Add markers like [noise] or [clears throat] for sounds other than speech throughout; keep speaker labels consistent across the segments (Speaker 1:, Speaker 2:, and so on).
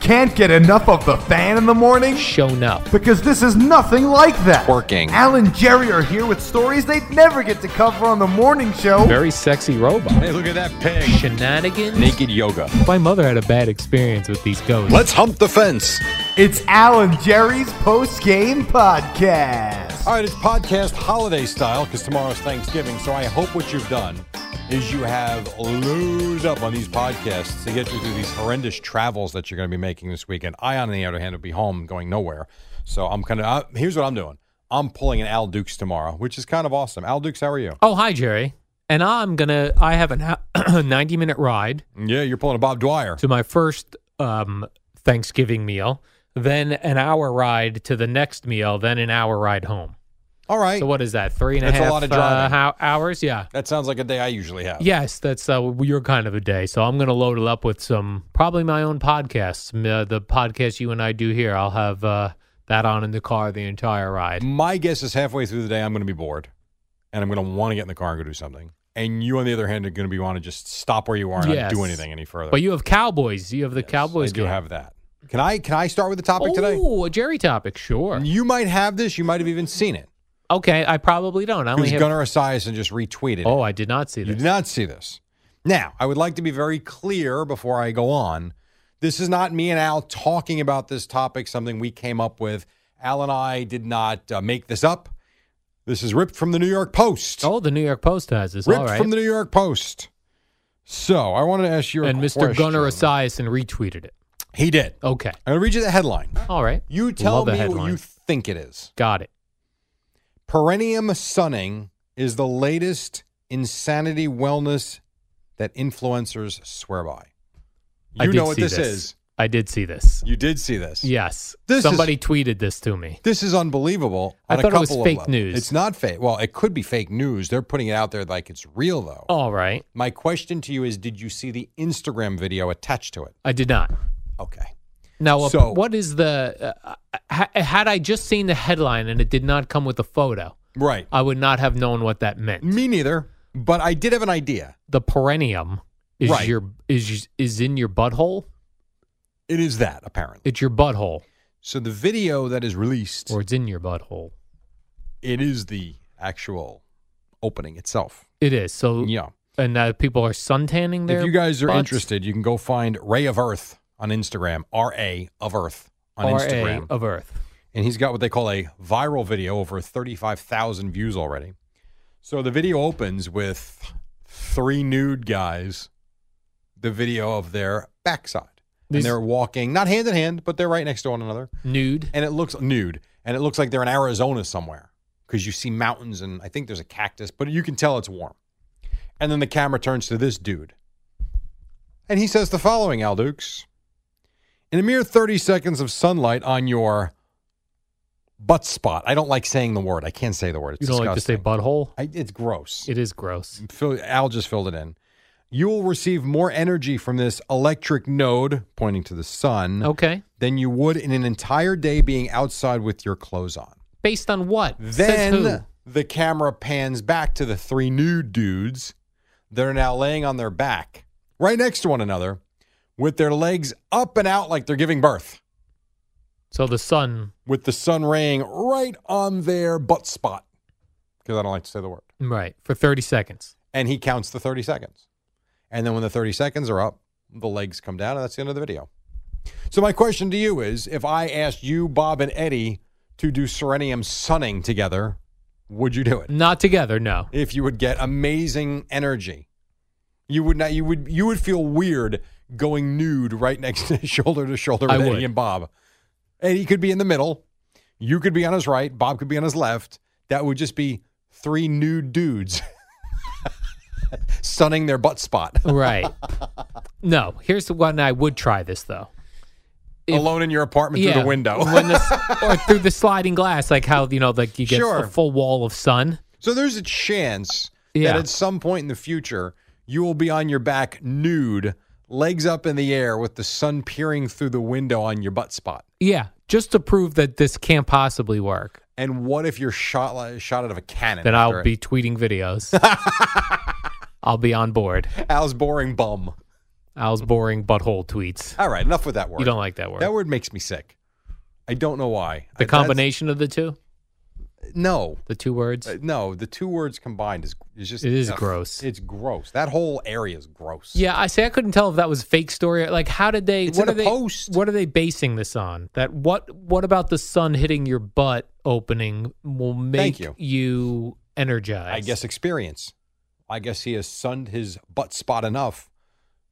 Speaker 1: Can't get enough of the fan in the morning?
Speaker 2: shown up.
Speaker 1: Because this is nothing like that.
Speaker 3: Twerking.
Speaker 1: Al and Jerry are here with stories they'd never get to cover on the morning
Speaker 3: Oh.
Speaker 1: show.
Speaker 2: Very sexy robot.
Speaker 3: Hey, look at that pig.
Speaker 2: Shenanigans.
Speaker 3: Naked yoga.
Speaker 2: My mother had a bad experience with these ghosts.
Speaker 3: Let's hump the fence.
Speaker 1: It's Al and Jerry's post game podcast.
Speaker 3: All right, it's podcast holiday style because tomorrow's Thanksgiving. So I hope what you've done is you have loaded up on these podcasts to get you through these horrendous travels that you're going to be making this weekend. I, on the other hand, will be home going nowhere. So I'm kind of, uh, here's what I'm doing I'm pulling an Al Dukes tomorrow, which is kind of awesome. Al Dukes, how are you?
Speaker 2: Oh, hi, Jerry. And I'm gonna. I have [clears throat] a ninety-minute ride
Speaker 3: Yeah, you're pulling a Bob Dwyer.
Speaker 2: to my first um, Thanksgiving meal, then an hour ride to the next meal, then an hour ride home.
Speaker 3: All right.
Speaker 2: So what is that? Three and a half
Speaker 3: That's a lot of
Speaker 2: uh,
Speaker 3: driving.
Speaker 2: hou- hours? Yeah.
Speaker 3: that sounds like a day I usually have.
Speaker 2: Yes, that's uh, your kind of a day. So I'm going to load it up with some probably my own podcasts. M- Uh, the podcast you and I do here, I'll have uh, that on in the car the entire ride.
Speaker 3: My guess is halfway through the day, I'm going to be bored and I'm going to want to get in the car and go do something. And you, on the other hand, are going to be want to just stop where you are and
Speaker 2: Yes.
Speaker 3: not do anything any further.
Speaker 2: But you have Cowboys. You have the Cowboys.
Speaker 3: I do
Speaker 2: game.
Speaker 3: have that. Can I can I start with the topic today?
Speaker 2: Oh, a Jerry topic, sure.
Speaker 3: You might have this. You might have even seen it.
Speaker 2: Okay, I probably don't. I only
Speaker 3: Because
Speaker 2: have.
Speaker 3: Gunnar Esiason just retweeted it.
Speaker 2: oh, I did not see
Speaker 3: You
Speaker 2: this.
Speaker 3: did not see this. Now, I would like to be very clear before I go on. This is not me and Al talking about this topic, something we came up with. Al and I did not uh, make this up. This is ripped from the New York Post.
Speaker 2: Oh, the New York Post has this. All
Speaker 3: ripped
Speaker 2: right.
Speaker 3: from the New York Post. So I wanted to ask you a
Speaker 2: and Mr. Gunnar
Speaker 3: question.
Speaker 2: Esiason retweeted it.
Speaker 3: He did.
Speaker 2: Okay.
Speaker 3: I'm going to read you the headline.
Speaker 2: All right.
Speaker 3: You tell
Speaker 2: Love a
Speaker 3: me what
Speaker 2: headline.
Speaker 3: you think it is.
Speaker 2: Got it.
Speaker 3: Perennium sunning is the latest insanity wellness that influencers swear by.
Speaker 2: I
Speaker 3: You
Speaker 2: did
Speaker 3: know what
Speaker 2: see
Speaker 3: this, is.
Speaker 2: I did see this.
Speaker 3: You did see this.
Speaker 2: Yes.
Speaker 3: This is-
Speaker 2: Somebody tweeted this to me.
Speaker 3: This is unbelievable.
Speaker 2: I
Speaker 3: on a
Speaker 2: thought it was
Speaker 3: couple of
Speaker 2: fake
Speaker 3: levels.
Speaker 2: news.
Speaker 3: It's not fake. Well, it could be fake news. They're putting it out there like it's real, though.
Speaker 2: All right.
Speaker 3: My question to you is Did you see the Instagram video attached to it?
Speaker 2: I did not.
Speaker 3: Okay.
Speaker 2: Now, uh,
Speaker 3: So-
Speaker 2: what is the? Uh, ha- had I just seen the headline and it did not come with a photo,
Speaker 3: Right.
Speaker 2: I would not have known what that meant.
Speaker 3: Me neither, but I did have an idea.
Speaker 2: the perennium is
Speaker 3: Right.
Speaker 2: your is is in your butthole.
Speaker 3: It is that, apparently.
Speaker 2: It's your butthole,
Speaker 3: So the video that is released,
Speaker 2: or it's in your butthole.
Speaker 3: it is the actual opening itself.
Speaker 2: It is so,
Speaker 3: Yeah.
Speaker 2: and uh, people are suntanning there.
Speaker 3: If you guys are interested, you can go find Ray of Earth on Instagram, R A of Earth on Instagram.
Speaker 2: of Earth.
Speaker 3: and he's got what they call a viral video, over 35,000 views already. So the video opens with three nude guys, the video of their backside.
Speaker 2: These-
Speaker 3: and they're walking, not hand in hand, but they're right next to one another.
Speaker 2: Nude.
Speaker 3: and it looks nude and it looks like they're in arizona somewhere because you see mountains and i think there's a cactus but you can tell it's warm and then the camera turns to this dude and he says the following al dukes in a mere 30 seconds of sunlight on your butt spot i don't like saying the word i can't say the word it's
Speaker 2: you don't like to say
Speaker 3: disgusting.
Speaker 2: butthole.
Speaker 3: I, it's gross
Speaker 2: It is gross.
Speaker 3: Fill, Al just filled it in you will receive more energy from this electric node pointing to the sun
Speaker 2: Okay.
Speaker 3: than you would in an entire day being outside with your clothes on.
Speaker 2: Based on what? Says who?
Speaker 3: Then the camera pans back to the three nude dudes that are now laying on their back right next to one another with their legs up and out like they're giving birth
Speaker 2: So the sun.
Speaker 3: with the sun raying right on their butt spot because I don't like to say the word.
Speaker 2: Right for thirty seconds.
Speaker 3: And he counts the 30 seconds. And then when the 30 seconds are up, the legs come down, and that's the end of the video. So, my question to you is if I asked you, Bob, and Eddie to do Serenium Sunning together, would you do it? [laughs]
Speaker 2: Not together. No.
Speaker 3: If you would get amazing energy. You would not. You would. You would feel weird going nude right next to [laughs] shoulder to shoulder with
Speaker 2: I
Speaker 3: Eddie
Speaker 2: would.
Speaker 3: and Bob. Eddie could be in the middle. You could be on his right. Bob could be on his left. That would just be three nude dudes [laughs] sunning their butt spot
Speaker 2: Right. no, here's the one I would try this though. If-
Speaker 3: alone in your apartment through the window.
Speaker 2: when the s- or through the sliding glass, like how you know, like you get
Speaker 3: Sure.
Speaker 2: a full wall of sun.
Speaker 3: [laughs] So there's a chance
Speaker 2: Yeah.
Speaker 3: that at some point in the future, you will be on your back nude, legs up in the air with the sun peering through the window on your butt spot.
Speaker 2: Yeah, just to prove that this can't possibly work.
Speaker 3: And what if you're shot li- shot out of a cannon?
Speaker 2: Then
Speaker 3: after
Speaker 2: I'll
Speaker 3: it?
Speaker 2: be tweeting videos. I'll be on board.
Speaker 3: [laughs] Al's boring bum.
Speaker 2: Al's boring butthole tweets.
Speaker 3: All right, enough with that word.
Speaker 2: You don't like that word.
Speaker 3: that word makes me sick. I don't know why.
Speaker 2: the
Speaker 3: I- that's-
Speaker 2: combination of the two,
Speaker 3: No,
Speaker 2: the two words.
Speaker 3: Uh, no. The two words combined is is just
Speaker 2: It is
Speaker 3: ugh,
Speaker 2: gross.
Speaker 3: It's gross. That whole area is gross.
Speaker 2: yeah, I say I couldn't tell if that was fake story. or- Like, how did they?
Speaker 3: It's
Speaker 2: what
Speaker 3: in
Speaker 2: are
Speaker 3: the
Speaker 2: they?
Speaker 3: post.
Speaker 2: What are they basing this on? That what? What about the sun hitting your butt opening will make
Speaker 3: you.
Speaker 2: you energized?
Speaker 3: I guess experience. I guess he has sunned his butt spot enough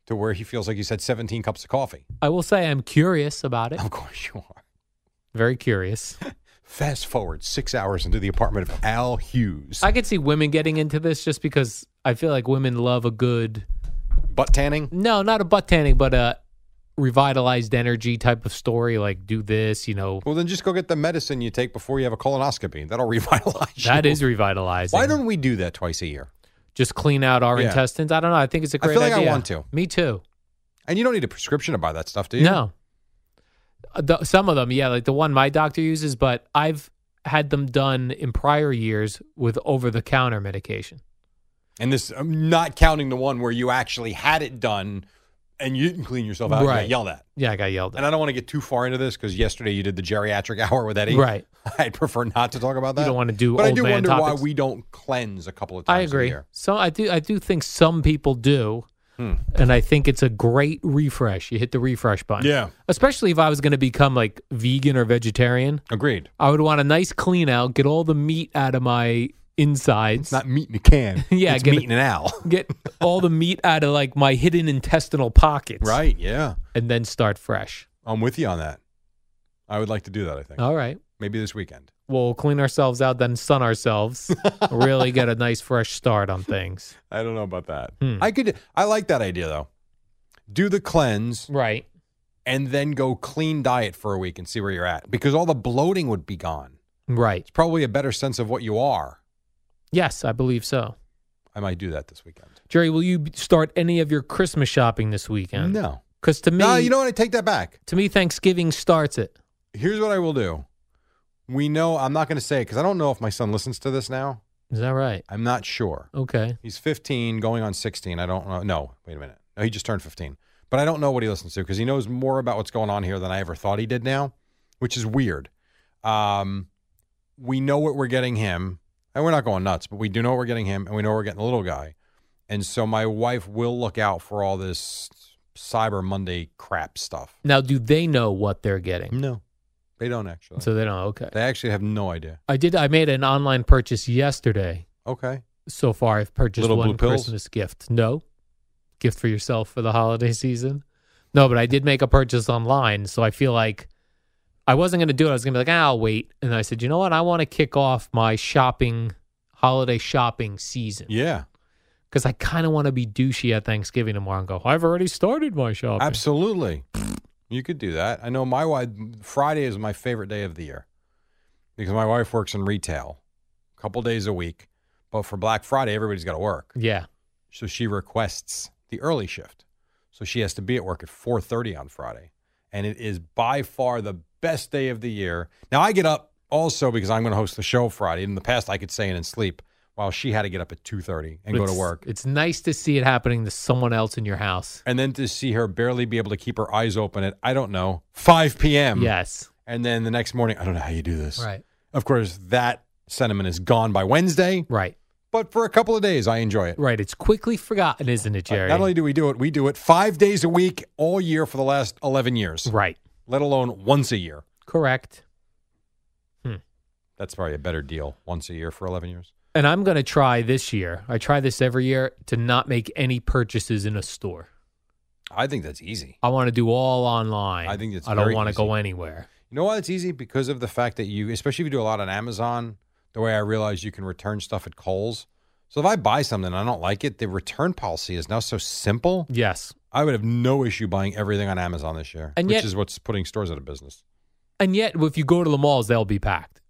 Speaker 3: to where he feels like he's had 17 cups of coffee. [laughs]
Speaker 2: I will say I'm curious about it.
Speaker 3: Of course you are.
Speaker 2: Very curious.
Speaker 3: Fast forward six hours into the apartment of Al Hughes.
Speaker 2: I could see women getting into this just because I feel like women love a good
Speaker 3: butt tanning?
Speaker 2: no, not a butt tanning, but a revitalized energy type of story. Like do this, you know.
Speaker 3: Well, then just go get the medicine you take before you have a colonoscopy. That'll [laughs] revitalize you.
Speaker 2: That is revitalizing.
Speaker 3: Why don't we do that twice a year?
Speaker 2: just clean out our
Speaker 3: Yeah.
Speaker 2: intestines? I don't know. I think it's a
Speaker 3: I
Speaker 2: great
Speaker 3: feel like I
Speaker 2: idea.
Speaker 3: want to.
Speaker 2: Me too.
Speaker 3: And you don't need a prescription to buy that stuff, do you?
Speaker 2: No. Uh, the- some of them, yeah, like the one my doctor uses, but I've had them done in prior years with over the counter medication.
Speaker 3: And this, I'm not counting the one where you actually had it done and you didn't clean yourself out and
Speaker 2: Right.
Speaker 3: got yelled at.
Speaker 2: Yeah, I got yelled at.
Speaker 3: And I don't want to get too far into this because yesterday you did the geriatric [laughs] hour with Eddie.
Speaker 2: Right.
Speaker 3: I'd prefer not to talk about that.
Speaker 2: You don't want to do
Speaker 3: But I
Speaker 2: old
Speaker 3: do
Speaker 2: man
Speaker 3: wonder
Speaker 2: topics.
Speaker 3: why we don't cleanse a couple of times
Speaker 2: I
Speaker 3: a
Speaker 2: agree.
Speaker 3: year. Hmm.
Speaker 2: So I do. I do think some people do, and I think it's a great refresh. You hit the refresh button.
Speaker 3: Yeah.
Speaker 2: Especially if I was going to become like vegan or vegetarian,
Speaker 3: Agreed.
Speaker 2: I would want a nice clean out, get all the meat out of my insides,
Speaker 3: It's not meat in a can.
Speaker 2: [laughs] Yeah,
Speaker 3: it's
Speaker 2: get
Speaker 3: meat
Speaker 2: it-
Speaker 3: in an owl.
Speaker 2: get all the meat out of like my hidden intestinal pockets,
Speaker 3: right. Yeah,
Speaker 2: And then start fresh.
Speaker 3: I'm with you on that. I would like to do that. I think
Speaker 2: All right.
Speaker 3: maybe this weekend.
Speaker 2: We'll clean ourselves out, then sun
Speaker 3: [laughs]
Speaker 2: ourselves. really get a nice fresh start on things.
Speaker 3: I don't know about that.
Speaker 2: Hmm.
Speaker 3: I could. I like that idea though. Do the cleanse
Speaker 2: Right.
Speaker 3: and then go clean diet for a week and see where you're at because all the bloating would be gone.
Speaker 2: Right.
Speaker 3: It's probably a better sense of what you are.
Speaker 2: Yes, I believe so.
Speaker 3: I might do that this weekend.
Speaker 2: Jerry, will you b- start any of your Christmas shopping this weekend?
Speaker 3: No.
Speaker 2: Because to me,
Speaker 3: no, you know what? I take that back.
Speaker 2: to me, Thanksgiving starts it.
Speaker 3: here's what I will do. We know I'm not going to say because I don't know if my son listens to this now.
Speaker 2: Is that right?
Speaker 3: I'm not sure.
Speaker 2: Okay.
Speaker 3: He's 15, going on 16. I don't know. No, wait a minute. No, he just turned 15. But I don't know what he listens to because he knows more about what's going on here than I ever thought he did now, which is weird. Um, we know what we're getting him, and we're not going nuts, but we do know what we're getting him, and we know we're getting the little guy. And so my wife will look out for all this Cyber Monday crap stuff.
Speaker 2: Now, do they know what they're getting?
Speaker 3: No, they don't actually.
Speaker 2: So they don't. Okay.
Speaker 3: they actually have no idea.
Speaker 2: I did. I made an online purchase yesterday.
Speaker 3: Okay.
Speaker 2: So far, I've purchased
Speaker 3: Little blue
Speaker 2: one
Speaker 3: pills?
Speaker 2: Christmas gift. No, gift for yourself for the holiday [laughs] season. No, but I did make a purchase online, so I feel like I wasn't going to do it. I was going to be like, ah, I'll wait. And I said, you know what? I want to kick off my shopping, holiday shopping season.
Speaker 3: Yeah.
Speaker 2: because I kind of want to be douchey at Thanksgiving tomorrow and go, I've already started my shopping.
Speaker 3: Absolutely. you could do that. I know my wife, Friday is my favorite day of the year because my wife works in retail a couple days a week. But for Black Friday, everybody's got to work.
Speaker 2: Yeah.
Speaker 3: So she requests the early shift. So she has to be at work at 4:30 on Friday. And it is by far the best day of the year. Now I get up also because I'm going to host the show Friday. In the past I could stay in and sleep while she had to get up at 2:30 and go to
Speaker 2: It's-
Speaker 3: work.
Speaker 2: It's nice to see it happening to someone else in your house.
Speaker 3: and then to see her barely be able to keep her eyes open at I don't know 5 p.m.
Speaker 2: yes.
Speaker 3: and then the next morning I don't know how you do this.
Speaker 2: Right.
Speaker 3: Of course, that sentiment is gone by Wednesday,
Speaker 2: Right.
Speaker 3: but for a couple of days I enjoy it.
Speaker 2: Right. It's quickly forgotten, isn't it, Jerry?
Speaker 3: Not only do we do it, we do it five days a week all year for the last eleven years,
Speaker 2: right.
Speaker 3: let alone once a year.
Speaker 2: Correct.
Speaker 3: That's probably a better deal. Once a year for eleven years.
Speaker 2: And I'm going to try this year. I try this every year to not make any purchases in a store.
Speaker 3: I think that's easy.
Speaker 2: I want to do all online.
Speaker 3: I think it's
Speaker 2: I don't
Speaker 3: very
Speaker 2: want to
Speaker 3: easy.
Speaker 2: go anywhere.
Speaker 3: You know why it's easy? Because of the fact that you, especially if you do a lot on Amazon, the way I realize you can return stuff at Kohl's. So if I buy something and I don't like it, the return policy is now so simple.
Speaker 2: Yes.
Speaker 3: I would have no issue buying everything on Amazon this year,
Speaker 2: And
Speaker 3: which
Speaker 2: yet-
Speaker 3: is what's putting stores out of business.
Speaker 2: And yet, if you go to the malls, they'll be packed.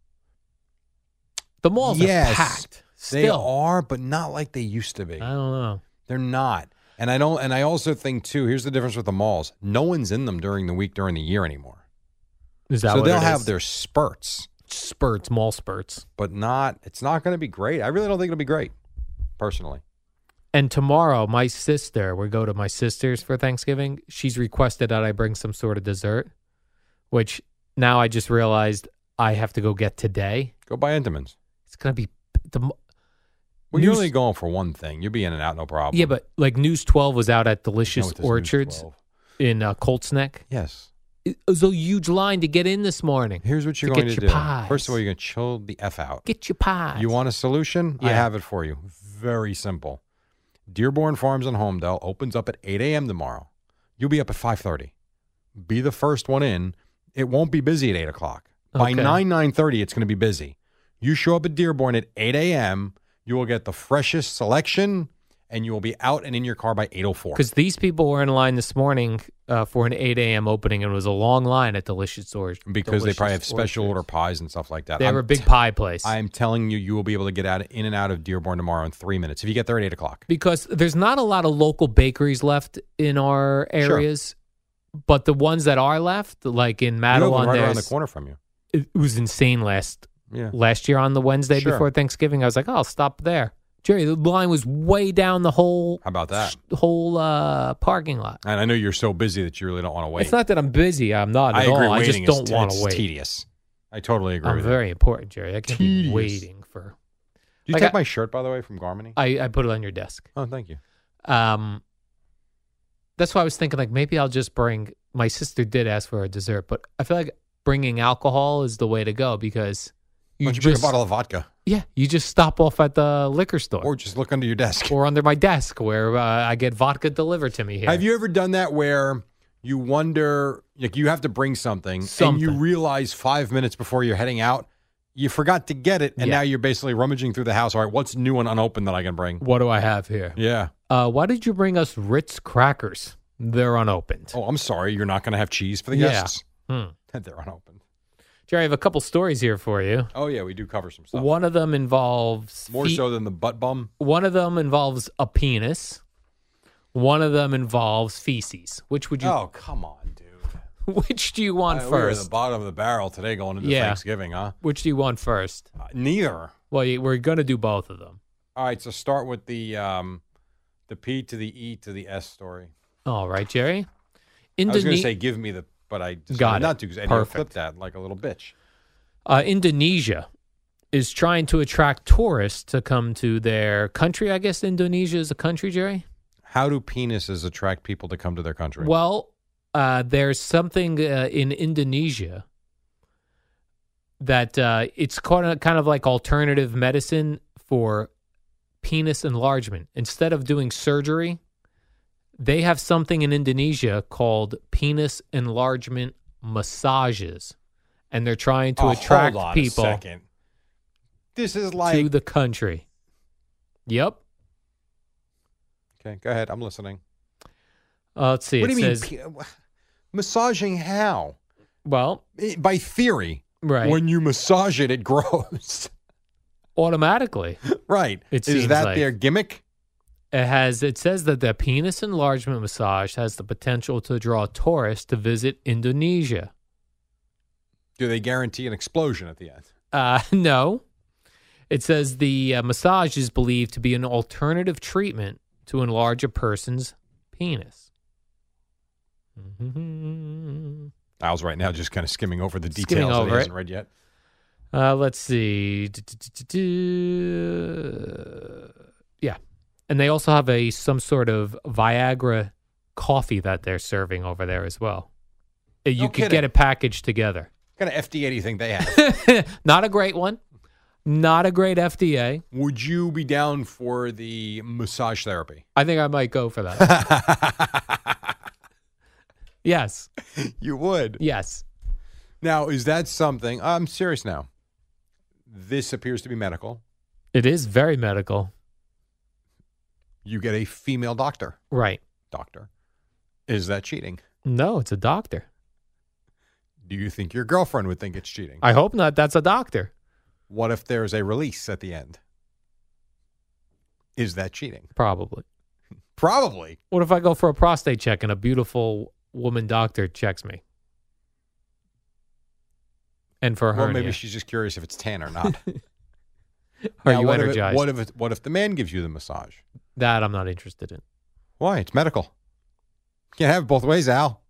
Speaker 2: The malls are
Speaker 3: Yes,
Speaker 2: packed.
Speaker 3: They
Speaker 2: Still. Uh.
Speaker 3: are, but not like they used to be.
Speaker 2: I don't know.
Speaker 3: They're not. And I don't and I also think too, here's the difference with the malls. No one's in them during the week during the year anymore.
Speaker 2: Is that
Speaker 3: so
Speaker 2: what
Speaker 3: they'll
Speaker 2: it
Speaker 3: have
Speaker 2: is?
Speaker 3: their spurts,
Speaker 2: spurts, mall spurts.
Speaker 3: but not it's not going to be great. I really don't think it'll be great personally.
Speaker 2: And tomorrow, my sister, we go to my sister's for Thanksgiving. She's requested that I bring some sort of dessert, which now I just realized I have to go get today.
Speaker 3: Go buy Intamins.
Speaker 2: It's gonna be the m-
Speaker 3: Well, you're
Speaker 2: News-
Speaker 3: only going for one thing. You'll be in and out, no problem.
Speaker 2: yeah, but like News Twelve was out at
Speaker 3: You know
Speaker 2: Delicious
Speaker 3: what this new
Speaker 2: Orchards
Speaker 3: 12
Speaker 2: in uh, Colts Neck.
Speaker 3: Yes.
Speaker 2: It was a huge line to get in this morning.
Speaker 3: Here's what
Speaker 2: To
Speaker 3: you're going
Speaker 2: get
Speaker 3: to
Speaker 2: your
Speaker 3: do.
Speaker 2: pies.
Speaker 3: First of all, you're going to chill the f out.
Speaker 2: Get your pies.
Speaker 3: You want a solution? I
Speaker 2: Yeah.
Speaker 3: have it for you. Very simple. Dearborn Farms in Homedale opens up at 8 a.m. tomorrow. You'll be up at 5:30. Be the first one in. It won't be busy at 8 o'clock. By
Speaker 2: Okay.
Speaker 3: 9 9:30, it's going to be busy. You show up at Dearborn at 8 a.m. You will get the freshest selection, and you will be out and in your car by 8:04.
Speaker 2: because these people were in line this morning uh, for an eight a.m. opening, and it was a long line at Delicious Orchards
Speaker 3: because they probably have special order
Speaker 2: Orchards.
Speaker 3: pies and stuff like that.
Speaker 2: They have
Speaker 3: I'm
Speaker 2: a big pie place.
Speaker 3: I am telling you, you will be able to get out in and out of Dearborn tomorrow in three minutes if you get there at eight o'clock.
Speaker 2: because there's not a lot of local bakeries left in our
Speaker 3: Sure.
Speaker 2: areas, but the ones that are left, like in
Speaker 3: You have
Speaker 2: Madeline,
Speaker 3: one right around the
Speaker 2: there's-
Speaker 3: corner from you.
Speaker 2: it it was insane last
Speaker 3: Yeah,
Speaker 2: last year on the Wednesday
Speaker 3: Sure.
Speaker 2: before Thanksgiving. I was like, oh, I'll stop there. Jerry, the line was way down the whole
Speaker 3: how about that?
Speaker 2: whole uh, parking lot.
Speaker 3: And I know you're so busy that you really don't want to wait.
Speaker 2: It's not that I'm busy. I'm not
Speaker 3: I
Speaker 2: at
Speaker 3: agree.
Speaker 2: all. I just
Speaker 3: waiting is
Speaker 2: don't
Speaker 3: t-
Speaker 2: want
Speaker 3: it's
Speaker 2: to wait.
Speaker 3: Tedious. I totally agree.
Speaker 2: I'm
Speaker 3: with
Speaker 2: very important, Jerry. I can't be
Speaker 3: Tedious.
Speaker 2: waiting for.
Speaker 3: You. Do you
Speaker 2: like
Speaker 3: take
Speaker 2: I-
Speaker 3: my shirt by the way from Garmany?
Speaker 2: I, I put it on your desk.
Speaker 3: oh, thank you.
Speaker 2: Um, that's why I was thinking like maybe I'll just bring. My sister did ask for a dessert, but I feel like bringing alcohol is the way to go because
Speaker 3: Why
Speaker 2: you
Speaker 3: don't you
Speaker 2: just
Speaker 3: bring a bottle of vodka
Speaker 2: yeah you just stop off at the liquor store [laughs]
Speaker 3: or
Speaker 2: or,
Speaker 3: just look under your desk?
Speaker 2: under my desk where uh, I get vodka delivered to me here.
Speaker 3: Have you ever done that where you wonder, like you have to bring something, and you
Speaker 2: Something.
Speaker 3: realize five minutes before you're heading out, you forgot to get it, and
Speaker 2: Yeah.
Speaker 3: now you're basically rummaging through the house. All right, what's new and unopened that I can bring?
Speaker 2: What do I have here?
Speaker 3: Yeah.
Speaker 2: Uh, why did you bring us Ritz crackers? They're unopened.
Speaker 3: Oh, I'm sorry. You're not going to have cheese for the
Speaker 2: Yeah.
Speaker 3: guests. [laughs]
Speaker 2: Hmm.
Speaker 3: They're unopened.
Speaker 2: Jerry, I have a couple stories here for you.
Speaker 3: Oh yeah, we do cover some stuff.
Speaker 2: One of them involves
Speaker 3: More
Speaker 2: feet-
Speaker 3: so than the butt bum.
Speaker 2: One of them involves a penis. One of them involves feces. Which would you?
Speaker 3: Oh come on, dude.
Speaker 2: [laughs] Which do you want
Speaker 3: Uh, we We're at the
Speaker 2: first?
Speaker 3: bottom of the barrel today, going into
Speaker 2: Yeah.
Speaker 3: Thanksgiving, huh?
Speaker 2: Which do you want first?
Speaker 3: Uh, neither.
Speaker 2: Well, you- we're gonna do both of them.
Speaker 3: All right, so start with the um, the P to the E to the S story.
Speaker 2: All right, Jerry.
Speaker 3: I was going to
Speaker 2: Indone-
Speaker 3: say give me the, but I decided
Speaker 2: Got it.
Speaker 3: not to because I didn't flip
Speaker 2: Perfect.
Speaker 3: that like a little bitch.
Speaker 2: uh, Indonesia is trying to attract tourists to come to their country. I guess Indonesia is a country, Jerry.
Speaker 3: How do penises attract people to come to their country?
Speaker 2: Well, uh, there's something uh, in Indonesia that uh, it's kind of, kind of like alternative medicine for penis enlargement. Instead of doing surgery, they have something in Indonesia called penis enlargement massages, and they're trying to
Speaker 3: Oh,
Speaker 2: attract
Speaker 3: hold on a
Speaker 2: people
Speaker 3: second. This is
Speaker 2: to
Speaker 3: like
Speaker 2: the country. Yep.
Speaker 3: okay. Go ahead. I'm listening.
Speaker 2: Uh, let's see.
Speaker 3: what
Speaker 2: it
Speaker 3: do you
Speaker 2: says-
Speaker 3: mean? Pe- massaging how?
Speaker 2: well,
Speaker 3: It- by theory,
Speaker 2: right.
Speaker 3: when you massage it, it grows. [laughs]
Speaker 2: automatically.
Speaker 3: right.
Speaker 2: It
Speaker 3: Is
Speaker 2: seems
Speaker 3: that
Speaker 2: like-
Speaker 3: their gimmick?
Speaker 2: It has. It says that the penis enlargement massage has the potential to draw tourists to visit Indonesia.
Speaker 3: Do they guarantee an explosion at the end?
Speaker 2: Uh, [laughs] no, it says the uh, massage is believed to be an alternative treatment to enlarge a person's penis. [laughs]
Speaker 3: I was right now just kind of skimming over the
Speaker 2: Skimming
Speaker 3: details that
Speaker 2: over
Speaker 3: he
Speaker 2: it.
Speaker 3: hasn't read yet.
Speaker 2: Uh, let's see. Du-du-du-du-du. uh, Yeah, and they also have a some sort of Viagra coffee that they're serving over there as well. Uh, You
Speaker 3: No
Speaker 2: could
Speaker 3: kidding.
Speaker 2: get it packaged together.
Speaker 3: What kind of FDA do you think they have?
Speaker 2: Not a great one. Not a great FDA.
Speaker 3: Would you be down for the massage therapy?
Speaker 2: I think I might go for that. yes.
Speaker 3: [laughs] you would.
Speaker 2: Yes.
Speaker 3: Now, is that something? I'm serious now. This appears to be medical.
Speaker 2: It is very medical.
Speaker 3: You get a female doctor.
Speaker 2: Right.
Speaker 3: Doctor. Is that cheating?
Speaker 2: No, it's a doctor.
Speaker 3: Do you think your girlfriend would think it's cheating?
Speaker 2: I hope not. That's a doctor.
Speaker 3: what if there's a release at the end? Is that cheating?
Speaker 2: Probably.
Speaker 3: Probably.
Speaker 2: What if I go for a prostate check and a beautiful woman doctor checks me? And for her,
Speaker 3: Well, maybe she's just curious if it's tan or not.
Speaker 2: [laughs] are
Speaker 3: Now,
Speaker 2: you
Speaker 3: what if it-
Speaker 2: energized?
Speaker 3: what if it, what if the man gives you the massage?
Speaker 2: that I'm not interested in.
Speaker 3: Why? It's medical. Can't have it both ways, Al.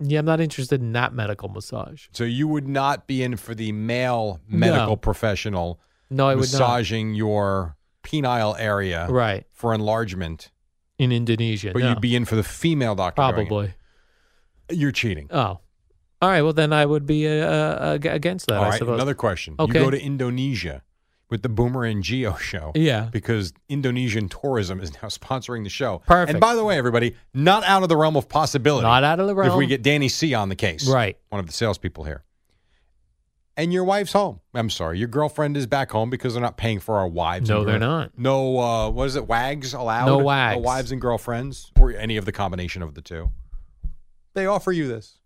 Speaker 2: Yeah, I'm not interested in that medical massage.
Speaker 3: So you would not be in for the male
Speaker 2: No.
Speaker 3: medical professional
Speaker 2: No, I would
Speaker 3: massaging your penile area
Speaker 2: not. Right.
Speaker 3: for enlargement,
Speaker 2: In Indonesia.
Speaker 3: but
Speaker 2: no.
Speaker 3: you'd be in for the female doctor. doing it.
Speaker 2: probably.
Speaker 3: You're cheating.
Speaker 2: Oh. All right. Well, then I would be uh, uh, ag- against that,
Speaker 3: All
Speaker 2: I
Speaker 3: right,
Speaker 2: suppose.
Speaker 3: another question.
Speaker 2: Okay.
Speaker 3: You go to Indonesia with the Boomer and Geo show.
Speaker 2: Yeah.
Speaker 3: Because Indonesian tourism is now [laughs] sponsoring the show.
Speaker 2: Perfect.
Speaker 3: And by the way, everybody, not out of the realm of possibility.
Speaker 2: Not out of the realm.
Speaker 3: If we get Danny C on the case.
Speaker 2: Right.
Speaker 3: One of the salespeople here. And your wife's home. I'm sorry. Your girlfriend is back home because they're not paying for our wives.
Speaker 2: No,
Speaker 3: and
Speaker 2: they're
Speaker 3: girl-
Speaker 2: not.
Speaker 3: No, uh, what is it? Wags allowed?
Speaker 2: No wags.
Speaker 3: wives and girlfriends or any of the combination of the two. They offer you this.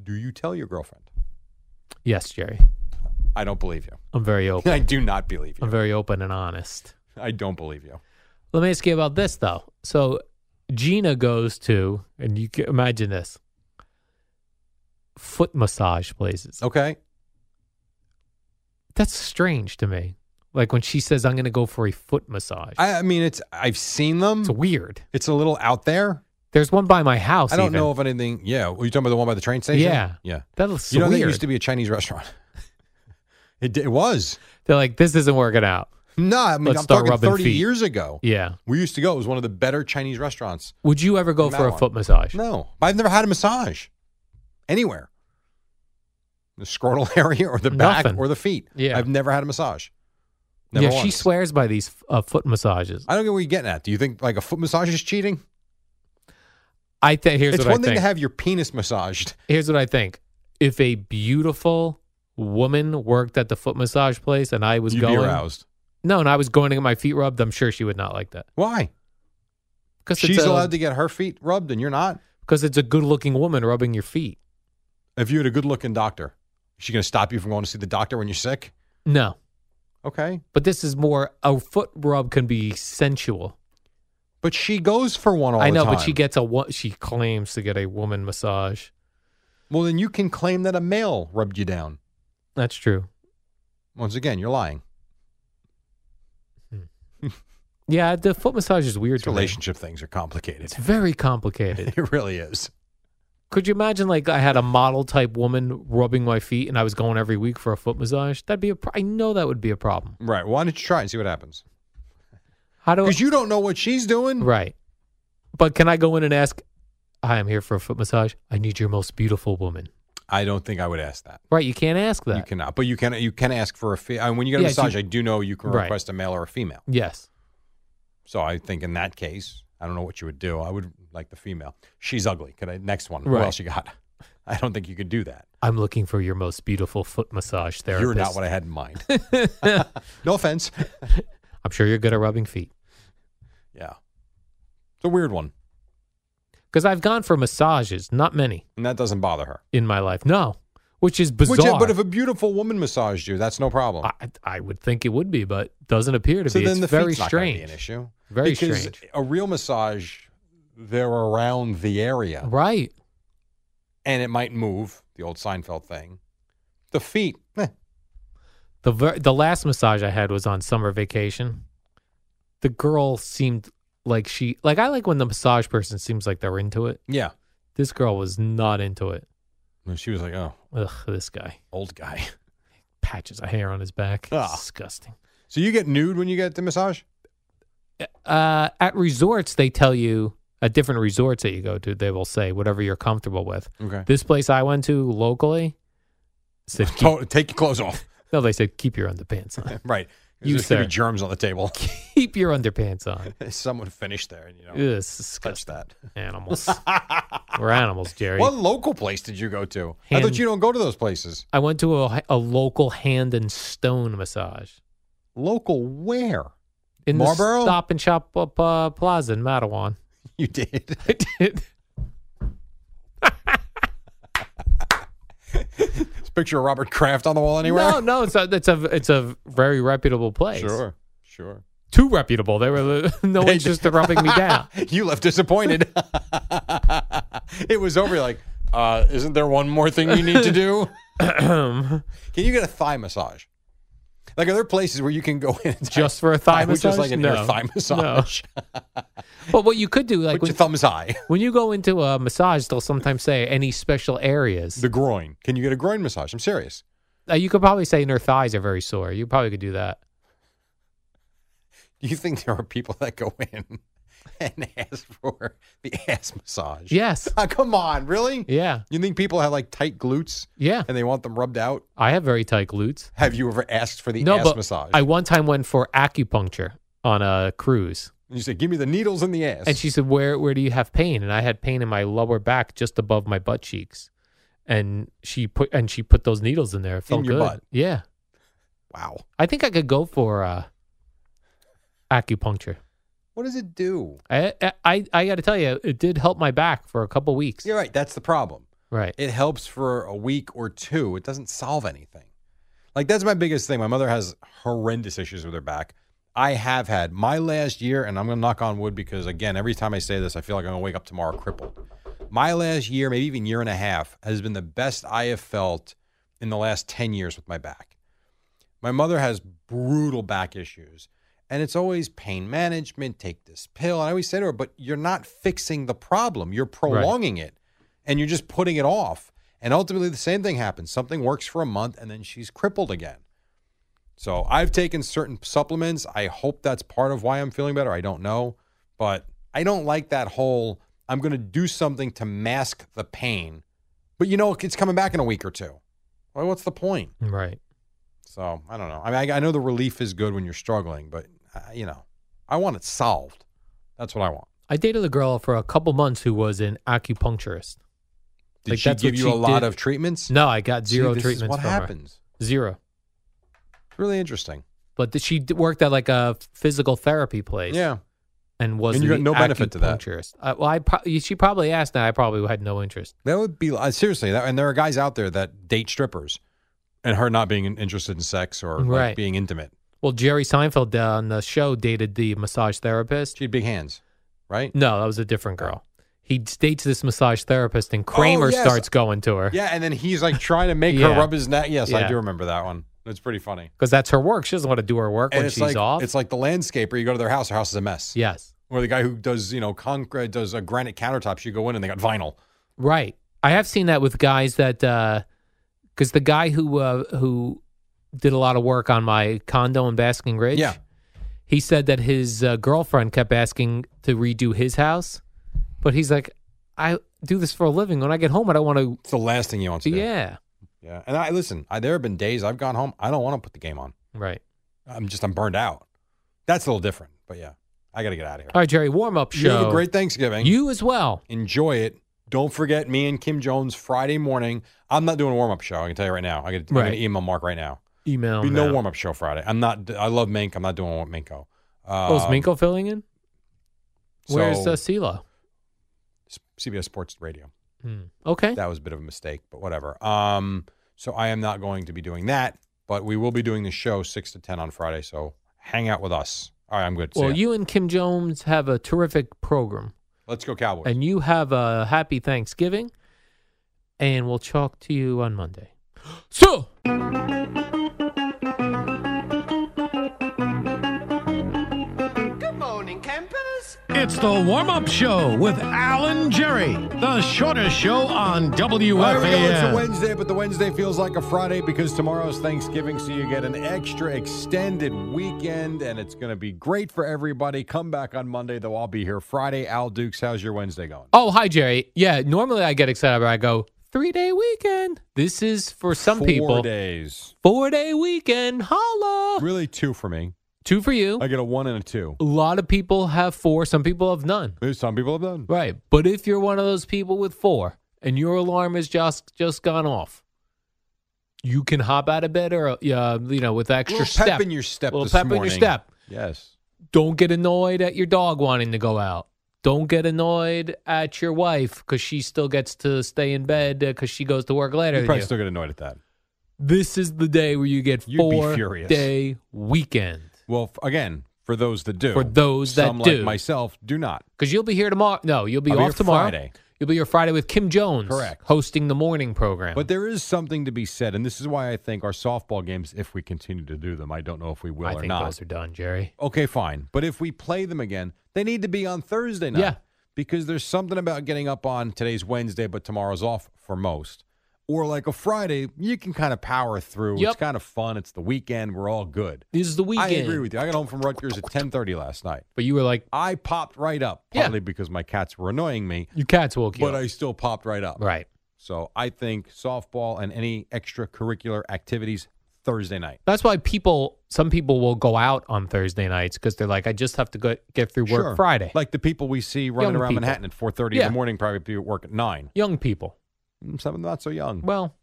Speaker 3: Do you tell your girlfriend?
Speaker 2: Yes, Jerry.
Speaker 3: I don't believe you.
Speaker 2: I'm very
Speaker 3: [laughs]
Speaker 2: open.
Speaker 3: I do not believe
Speaker 2: I'm
Speaker 3: you.
Speaker 2: very open and honest.
Speaker 3: I don't believe you.
Speaker 2: Let me ask you about this, though. So Gina goes to, and you can imagine this foot massage places.
Speaker 3: Okay.
Speaker 2: That's strange to me. Like when she says, I'm going to go for a foot massage,
Speaker 3: I, mm. I mean, it's I've seen them.
Speaker 2: it's
Speaker 3: It's,
Speaker 2: weird.
Speaker 3: a little out there.
Speaker 2: There's one by my house.
Speaker 3: I don't
Speaker 2: even.
Speaker 3: know if anything. Yeah. Were you talking about the one by the train station?
Speaker 2: Yeah.
Speaker 3: Yeah.
Speaker 2: That looks
Speaker 3: you know,
Speaker 2: weird.
Speaker 3: that used to be a Chinese restaurant. [laughs] it, d- it was.
Speaker 2: They're like, this isn't working out.
Speaker 3: No, I mean,
Speaker 2: Let's
Speaker 3: I'm
Speaker 2: start
Speaker 3: talking
Speaker 2: rubbing
Speaker 3: 30
Speaker 2: feet.
Speaker 3: years ago.
Speaker 2: Yeah.
Speaker 3: We used to go. It was one of the better Chinese restaurants.
Speaker 2: Would you ever go
Speaker 3: In
Speaker 2: for a
Speaker 3: Madawan.
Speaker 2: foot massage?
Speaker 3: No, I've never had a massage anywhere. The scrotal [laughs] area or the back
Speaker 2: Nothing.
Speaker 3: or the feet.
Speaker 2: Yeah.
Speaker 3: I've never had a massage. Never
Speaker 2: yeah, she
Speaker 3: once.
Speaker 2: swears by these uh, foot massages.
Speaker 3: I don't get what you're getting at. Do you think like a foot massage is cheating?
Speaker 2: I think here's
Speaker 3: it's
Speaker 2: what I
Speaker 3: one thing
Speaker 2: think.
Speaker 3: to have your penis massaged.
Speaker 2: here's what I think. If a beautiful woman worked at the foot massage place and I was
Speaker 3: You'd
Speaker 2: going,
Speaker 3: be aroused.
Speaker 2: no, and I was going to get my feet rubbed, I'm sure she would not like that
Speaker 3: Why?
Speaker 2: because
Speaker 3: She's
Speaker 2: it's a,
Speaker 3: allowed to get her feet rubbed and you're not.
Speaker 2: because it's a good-looking woman rubbing your feet.
Speaker 3: If you had a good looking doctor, is she going to stop you from going to see the doctor when you're sick?
Speaker 2: No,
Speaker 3: Okay.
Speaker 2: but this is more a foot rub can be sensual.
Speaker 3: But she goes for one all
Speaker 2: I know,
Speaker 3: the time.
Speaker 2: but she gets a wo- she claims to get a woman massage.
Speaker 3: Well, then you can claim that a male rubbed you down.
Speaker 2: That's true.
Speaker 3: Once again, you're lying.
Speaker 2: Yeah, the foot massage is weird.
Speaker 3: These
Speaker 2: to me.
Speaker 3: relationship things are complicated.
Speaker 2: It's very complicated.
Speaker 3: [laughs] It really is.
Speaker 2: Could you imagine, like, I had a model type woman rubbing my feet, and I was going every week for a foot massage? That'd be a. Pro- I know that would be a problem.
Speaker 3: Right. Why don't you try and see what happens?
Speaker 2: How do I?
Speaker 3: Because you don't know what she's doing.
Speaker 2: right? But can I go in and ask? Hi, I'm here for a foot massage. I need your most beautiful woman.
Speaker 3: I don't think I would ask that.
Speaker 2: Right? You can't ask that.
Speaker 3: You cannot. But you can. You can ask for a fee. I mean, when you get a
Speaker 2: Yeah,
Speaker 3: massage,
Speaker 2: you-
Speaker 3: I do know you can
Speaker 2: Right.
Speaker 3: request a male or a female.
Speaker 2: Yes.
Speaker 3: So I think in that case, I don't know what you would do. I would like the female. She's ugly. Could I next one? What
Speaker 2: Right.
Speaker 3: else you got? [laughs] I don't think you could do that.
Speaker 2: I'm looking for your most beautiful foot massage therapist.
Speaker 3: You're not what I had
Speaker 2: [laughs]
Speaker 3: in mind. [laughs] no offense.
Speaker 2: I'm sure you're good at rubbing feet.
Speaker 3: Yeah. It's a weird one.
Speaker 2: Because I've gone for massages, not many
Speaker 3: And that doesn't bother her.
Speaker 2: in my life. No, which is bizarre.
Speaker 3: Which, but if a beautiful woman massaged you, that's no problem.
Speaker 2: I, I would think it would be, but doesn't appear to
Speaker 3: so
Speaker 2: be.
Speaker 3: then
Speaker 2: it's
Speaker 3: the
Speaker 2: very
Speaker 3: feet's not gonna
Speaker 2: strange.
Speaker 3: be an issue.
Speaker 2: Very
Speaker 3: because
Speaker 2: strange.
Speaker 3: a real massage, they're around the area.
Speaker 2: Right.
Speaker 3: And it might move, the old Seinfeld thing. The feet, eh,
Speaker 2: The ver- the last massage I had was on summer vacation. The girl seemed like she like I like when the massage person seems like they're into it.
Speaker 3: yeah.
Speaker 2: This girl was not into it.
Speaker 3: And she was like, oh,
Speaker 2: Ugh, this guy
Speaker 3: old guy. [laughs]
Speaker 2: patches of hair on his back.
Speaker 3: Ah.
Speaker 2: Disgusting.
Speaker 3: So you get nude when you get the massage?
Speaker 2: Uh, at resorts, they tell you at different resorts that you go to, they will say whatever you're [laughs] comfortable with.
Speaker 3: Okay.
Speaker 2: This place I went to locally said keep,
Speaker 3: [laughs] To- take your clothes off. [laughs]
Speaker 2: No, they said keep your underpants on.
Speaker 3: Right. 'Cause
Speaker 2: You,
Speaker 3: There's going
Speaker 2: sir.
Speaker 3: to be germs on the table. [laughs]
Speaker 2: [laughs] keep your underpants on.
Speaker 3: Someone finished there and, you know,
Speaker 2: Ugh, it's
Speaker 3: touch
Speaker 2: disgusting.
Speaker 3: that.
Speaker 2: Animals. We're animals, Jerry.
Speaker 3: What local place did you go to? I
Speaker 2: Hand-
Speaker 3: thought you don't go to those places.
Speaker 2: I went to a, a local hand and stone massage
Speaker 3: Local where? [laughs]
Speaker 2: in the
Speaker 3: Marlboro?
Speaker 2: Stop and Shop up, uh, Plaza in Mattawan. [laughs]
Speaker 3: You did.
Speaker 2: I did.
Speaker 3: This picture of Robert Kraft on the wall anywhere?
Speaker 2: No, no, it's a, it's a it's a very reputable place.
Speaker 3: [laughs] Sure, sure.
Speaker 2: too reputable. They were [laughs] no interest in rubbing me
Speaker 3: [laughs]
Speaker 2: down.
Speaker 3: You left disappointed. [laughs] it was over. You're like, uh, isn't there one more thing you need
Speaker 2: [laughs]
Speaker 3: to do? [clears throat] Can you get a thigh massage? Like, are there places where you can go [laughs] in and
Speaker 2: Just for a thigh
Speaker 3: Which
Speaker 2: massage?
Speaker 3: is like an
Speaker 2: no.
Speaker 3: inner thigh massage. [laughs]
Speaker 2: But what you could do, like
Speaker 3: Put
Speaker 2: when,
Speaker 3: your
Speaker 2: [laughs]
Speaker 3: thumbs high.
Speaker 2: when you go into a massage, they'll sometimes say any special areas.
Speaker 3: The groin. Can you get a groin massage? I'm serious.
Speaker 2: Uh, you could probably say inner thighs are very sore. You probably could do that.
Speaker 3: Do you think there are people that go in [laughs] and ask for the ass massage?
Speaker 2: Yes.
Speaker 3: [laughs] Ah, come on, really?
Speaker 2: Yeah.
Speaker 3: You think people have like tight glutes
Speaker 2: Yeah.
Speaker 3: and they want them rubbed out?
Speaker 2: I have very tight glutes.
Speaker 3: Have you ever asked for the
Speaker 2: no,
Speaker 3: ass
Speaker 2: but
Speaker 3: massage?
Speaker 2: I one time went for acupuncture on a cruise,
Speaker 3: And you said, "Give me the needles in the ass."
Speaker 2: and she said, "Where where do you have pain?" And I had pain in my lower back, just above my butt cheeks. And she put and she put those needles in there. It felt
Speaker 3: your
Speaker 2: good.
Speaker 3: butt.
Speaker 2: Yeah.
Speaker 3: "Wow,
Speaker 2: I think I could go for uh, acupuncture.
Speaker 3: what does it do?"
Speaker 2: I I, I got to tell you, it did help my back for a couple weeks.
Speaker 3: You're right. That's the problem.
Speaker 2: Right.
Speaker 3: It helps for a week or two. It doesn't solve anything. Like that's my biggest thing. My mother has horrendous issues with her back. I have had my last year, and I'm gonna knock on wood because again, every time I say this, I feel like I'm gonna wake up tomorrow crippled. My last year, maybe even year and a half, has been the best I have felt in the last 10 years with my back. My mother has brutal back issues, and it's always pain management, take this pill. And I always say to her, but you're not fixing the problem, you're prolonging it, and you're just putting it off. And ultimately, the same thing happens. Something works for a month, and then she's crippled again. So I've taken certain supplements. I hope that's part of why I'm feeling better. I don't know, but I don't like that whole I'm going to do something to mask the pain, but you know it's coming back in a week or two. Well, what's the point?
Speaker 2: Right.
Speaker 3: So I don't know. I mean, I, I know the relief is good when you're struggling, but uh, you know, I want it solved. That's what I want.
Speaker 2: I dated a girl for a couple months who was an acupuncturist.
Speaker 3: Did
Speaker 2: Like,
Speaker 3: she
Speaker 2: that's
Speaker 3: give
Speaker 2: what
Speaker 3: you a
Speaker 2: she
Speaker 3: lot
Speaker 2: did.
Speaker 3: of treatments?
Speaker 2: No, I got
Speaker 3: See,
Speaker 2: zero
Speaker 3: this is
Speaker 2: treatments
Speaker 3: what
Speaker 2: from her.
Speaker 3: happens?
Speaker 2: Zero.
Speaker 3: It's Really interesting.
Speaker 2: But th- she d- worked at like a physical therapy place.
Speaker 3: Yeah.
Speaker 2: And was
Speaker 3: And you got
Speaker 2: the
Speaker 3: no benefit to that.
Speaker 2: acupuncturist. Uh, well, I pro- she probably asked that. I probably had no interest.
Speaker 3: That would be uh, seriously. That, and there are guys out there that date strippers, and her not being interested in sex or like,
Speaker 2: Right.
Speaker 3: being intimate.
Speaker 2: Well, Jerry Seinfeld uh, on the show dated the massage therapist.
Speaker 3: She had big hands, right?
Speaker 2: No, that was a different girl. He dates this massage therapist, and Kramer
Speaker 3: Oh, yes.
Speaker 2: starts going to her
Speaker 3: Yeah, and then he's like trying to make her
Speaker 2: [laughs] Yeah.
Speaker 3: rub his neck. Yes, I
Speaker 2: Yeah.
Speaker 3: do remember that one. It's pretty funny.
Speaker 2: because that's her work. She doesn't want to do her work
Speaker 3: And
Speaker 2: when
Speaker 3: it's
Speaker 2: she's
Speaker 3: like
Speaker 2: off.
Speaker 3: it's like the landscaper. You go to their house, their house is a mess.
Speaker 2: yes,
Speaker 3: Or the guy who does, you know, concrete does a granite countertops. You go in and they got vinyl.
Speaker 2: right. I have seen that with guys that because the guy who uh, who did a lot of work on my condo in Basking Ridge,
Speaker 3: Yeah.
Speaker 2: he said that his uh, girlfriend kept asking to redo his house, but he's like, I do this for a living. When I get home, I don't want to.
Speaker 3: It's the last thing you want to
Speaker 2: Yeah.
Speaker 3: do. Yeah. And I listen. I, there have been days I've gone home. I don't want to put the game on.
Speaker 2: right.
Speaker 3: I'm just I'm burned out. That's a little different. But yeah, I got to get out of here.
Speaker 2: All right, Jerry, warm up
Speaker 3: You
Speaker 2: show.
Speaker 3: have a great Thanksgiving.
Speaker 2: you as well.
Speaker 3: enjoy it. Don't forget me and Kim Jones Friday morning. I'm not doing a warm up show. I can tell you right now. I could, I'm going
Speaker 2: Right. Oh,
Speaker 3: to email Mark right now.
Speaker 2: Email
Speaker 3: Be
Speaker 2: him
Speaker 3: no
Speaker 2: now.
Speaker 3: warm up show Friday. I'm not. I love Mink. I'm not doing one with Minko.
Speaker 2: Oh, is
Speaker 3: Um,
Speaker 2: Minko filling in? Where's
Speaker 3: so-
Speaker 2: uh, CeeLo?
Speaker 3: S- CBS Sports Radio?
Speaker 2: Hmm. Okay.
Speaker 3: That was a bit of a mistake, but whatever. Um, so I am not going to be doing that, but we will be doing the show six to ten on Friday. So hang out with us. All right, I'm good. See
Speaker 2: well,
Speaker 3: ya.
Speaker 2: you and Kim Jones have a terrific program,
Speaker 3: let's go Cowboys.
Speaker 2: and you have a happy Thanksgiving, and we'll talk to you on Monday. So.
Speaker 4: It's the warm up show with Alan Jerry, the shortest show on
Speaker 3: Well, there we go. It's a
Speaker 4: WFAN.
Speaker 3: Wednesday, but the Wednesday feels like a Friday because tomorrow's Thanksgiving, so you get an extra extended weekend, and it's going to be great for everybody. Come back on Monday, though. I'll be here Friday. Al Dukes, how's your Wednesday going?
Speaker 2: Oh, hi, Jerry. Yeah, normally I get excited, but I go, three day weekend. This is for some
Speaker 3: Four
Speaker 2: people
Speaker 3: days.
Speaker 2: four day weekend. Holla.
Speaker 3: Really, two for me.
Speaker 2: Two for you.
Speaker 3: I get a one and a two.
Speaker 2: a lot of people have four. Some people have none.
Speaker 3: Some people have done.
Speaker 2: Right. But if you're one of those people with four and your alarm has just just gone off, you can hop out of bed or uh, you know with extra
Speaker 3: Little pep
Speaker 2: step.
Speaker 3: in your step
Speaker 2: Little
Speaker 3: this
Speaker 2: pep in your
Speaker 3: morning.
Speaker 2: step.
Speaker 3: Yes.
Speaker 2: Don't get annoyed at your dog wanting to go out. Don't get annoyed at your wife because she still gets to stay in bed because she goes to work later.
Speaker 3: You
Speaker 2: Than
Speaker 3: probably
Speaker 2: you.
Speaker 3: still get annoyed at that.
Speaker 2: This is the day where you get
Speaker 3: You'd be
Speaker 2: four
Speaker 3: furious.
Speaker 2: day weekend
Speaker 3: Well, f- again, for those that do,
Speaker 2: For those that
Speaker 3: some
Speaker 2: do.
Speaker 3: like myself, do not.
Speaker 2: because you'll be here tomorrow. No, you'll be
Speaker 3: I'll be
Speaker 2: off
Speaker 3: here
Speaker 2: tomorrow.
Speaker 3: Friday.
Speaker 2: You'll be here Friday with Kim Jones,
Speaker 3: Correct.
Speaker 2: hosting the morning program.
Speaker 3: But there is something to be said, and this is why I think our softball games, if we continue to do them, I don't know if we will
Speaker 2: I
Speaker 3: or
Speaker 2: think
Speaker 3: not.
Speaker 2: those are done, Jerry.
Speaker 3: okay, fine. But if we play them again, they need to be on Thursday night.
Speaker 2: Yeah.
Speaker 3: Because there's something about getting up on today's Wednesday, but tomorrow's off for most. Or like a Friday, you can kind of power through.
Speaker 2: Yep.
Speaker 3: It's kind of fun. It's the weekend. We're all good.
Speaker 2: This is the weekend.
Speaker 3: I agree with you. I got home from Rutgers at 10:30 last night.
Speaker 2: But you were like,
Speaker 3: I popped right up,
Speaker 2: Yeah.
Speaker 3: partly because my cats were annoying me,
Speaker 2: you cats woke you
Speaker 3: but
Speaker 2: up.
Speaker 3: I still popped right up.
Speaker 2: right.
Speaker 3: So I think softball and any extracurricular activities Thursday night.
Speaker 2: That's why people, some people will go out on Thursday nights because they're like, I just have to go, get through work
Speaker 3: Sure.
Speaker 2: Friday.
Speaker 3: Like the people we see running
Speaker 2: Young
Speaker 3: around
Speaker 2: people.
Speaker 3: Manhattan at 4:30
Speaker 2: Yeah.
Speaker 3: in the morning probably be at work at 9.
Speaker 2: Young people.
Speaker 3: Mm, Some of them not so young.
Speaker 2: Well,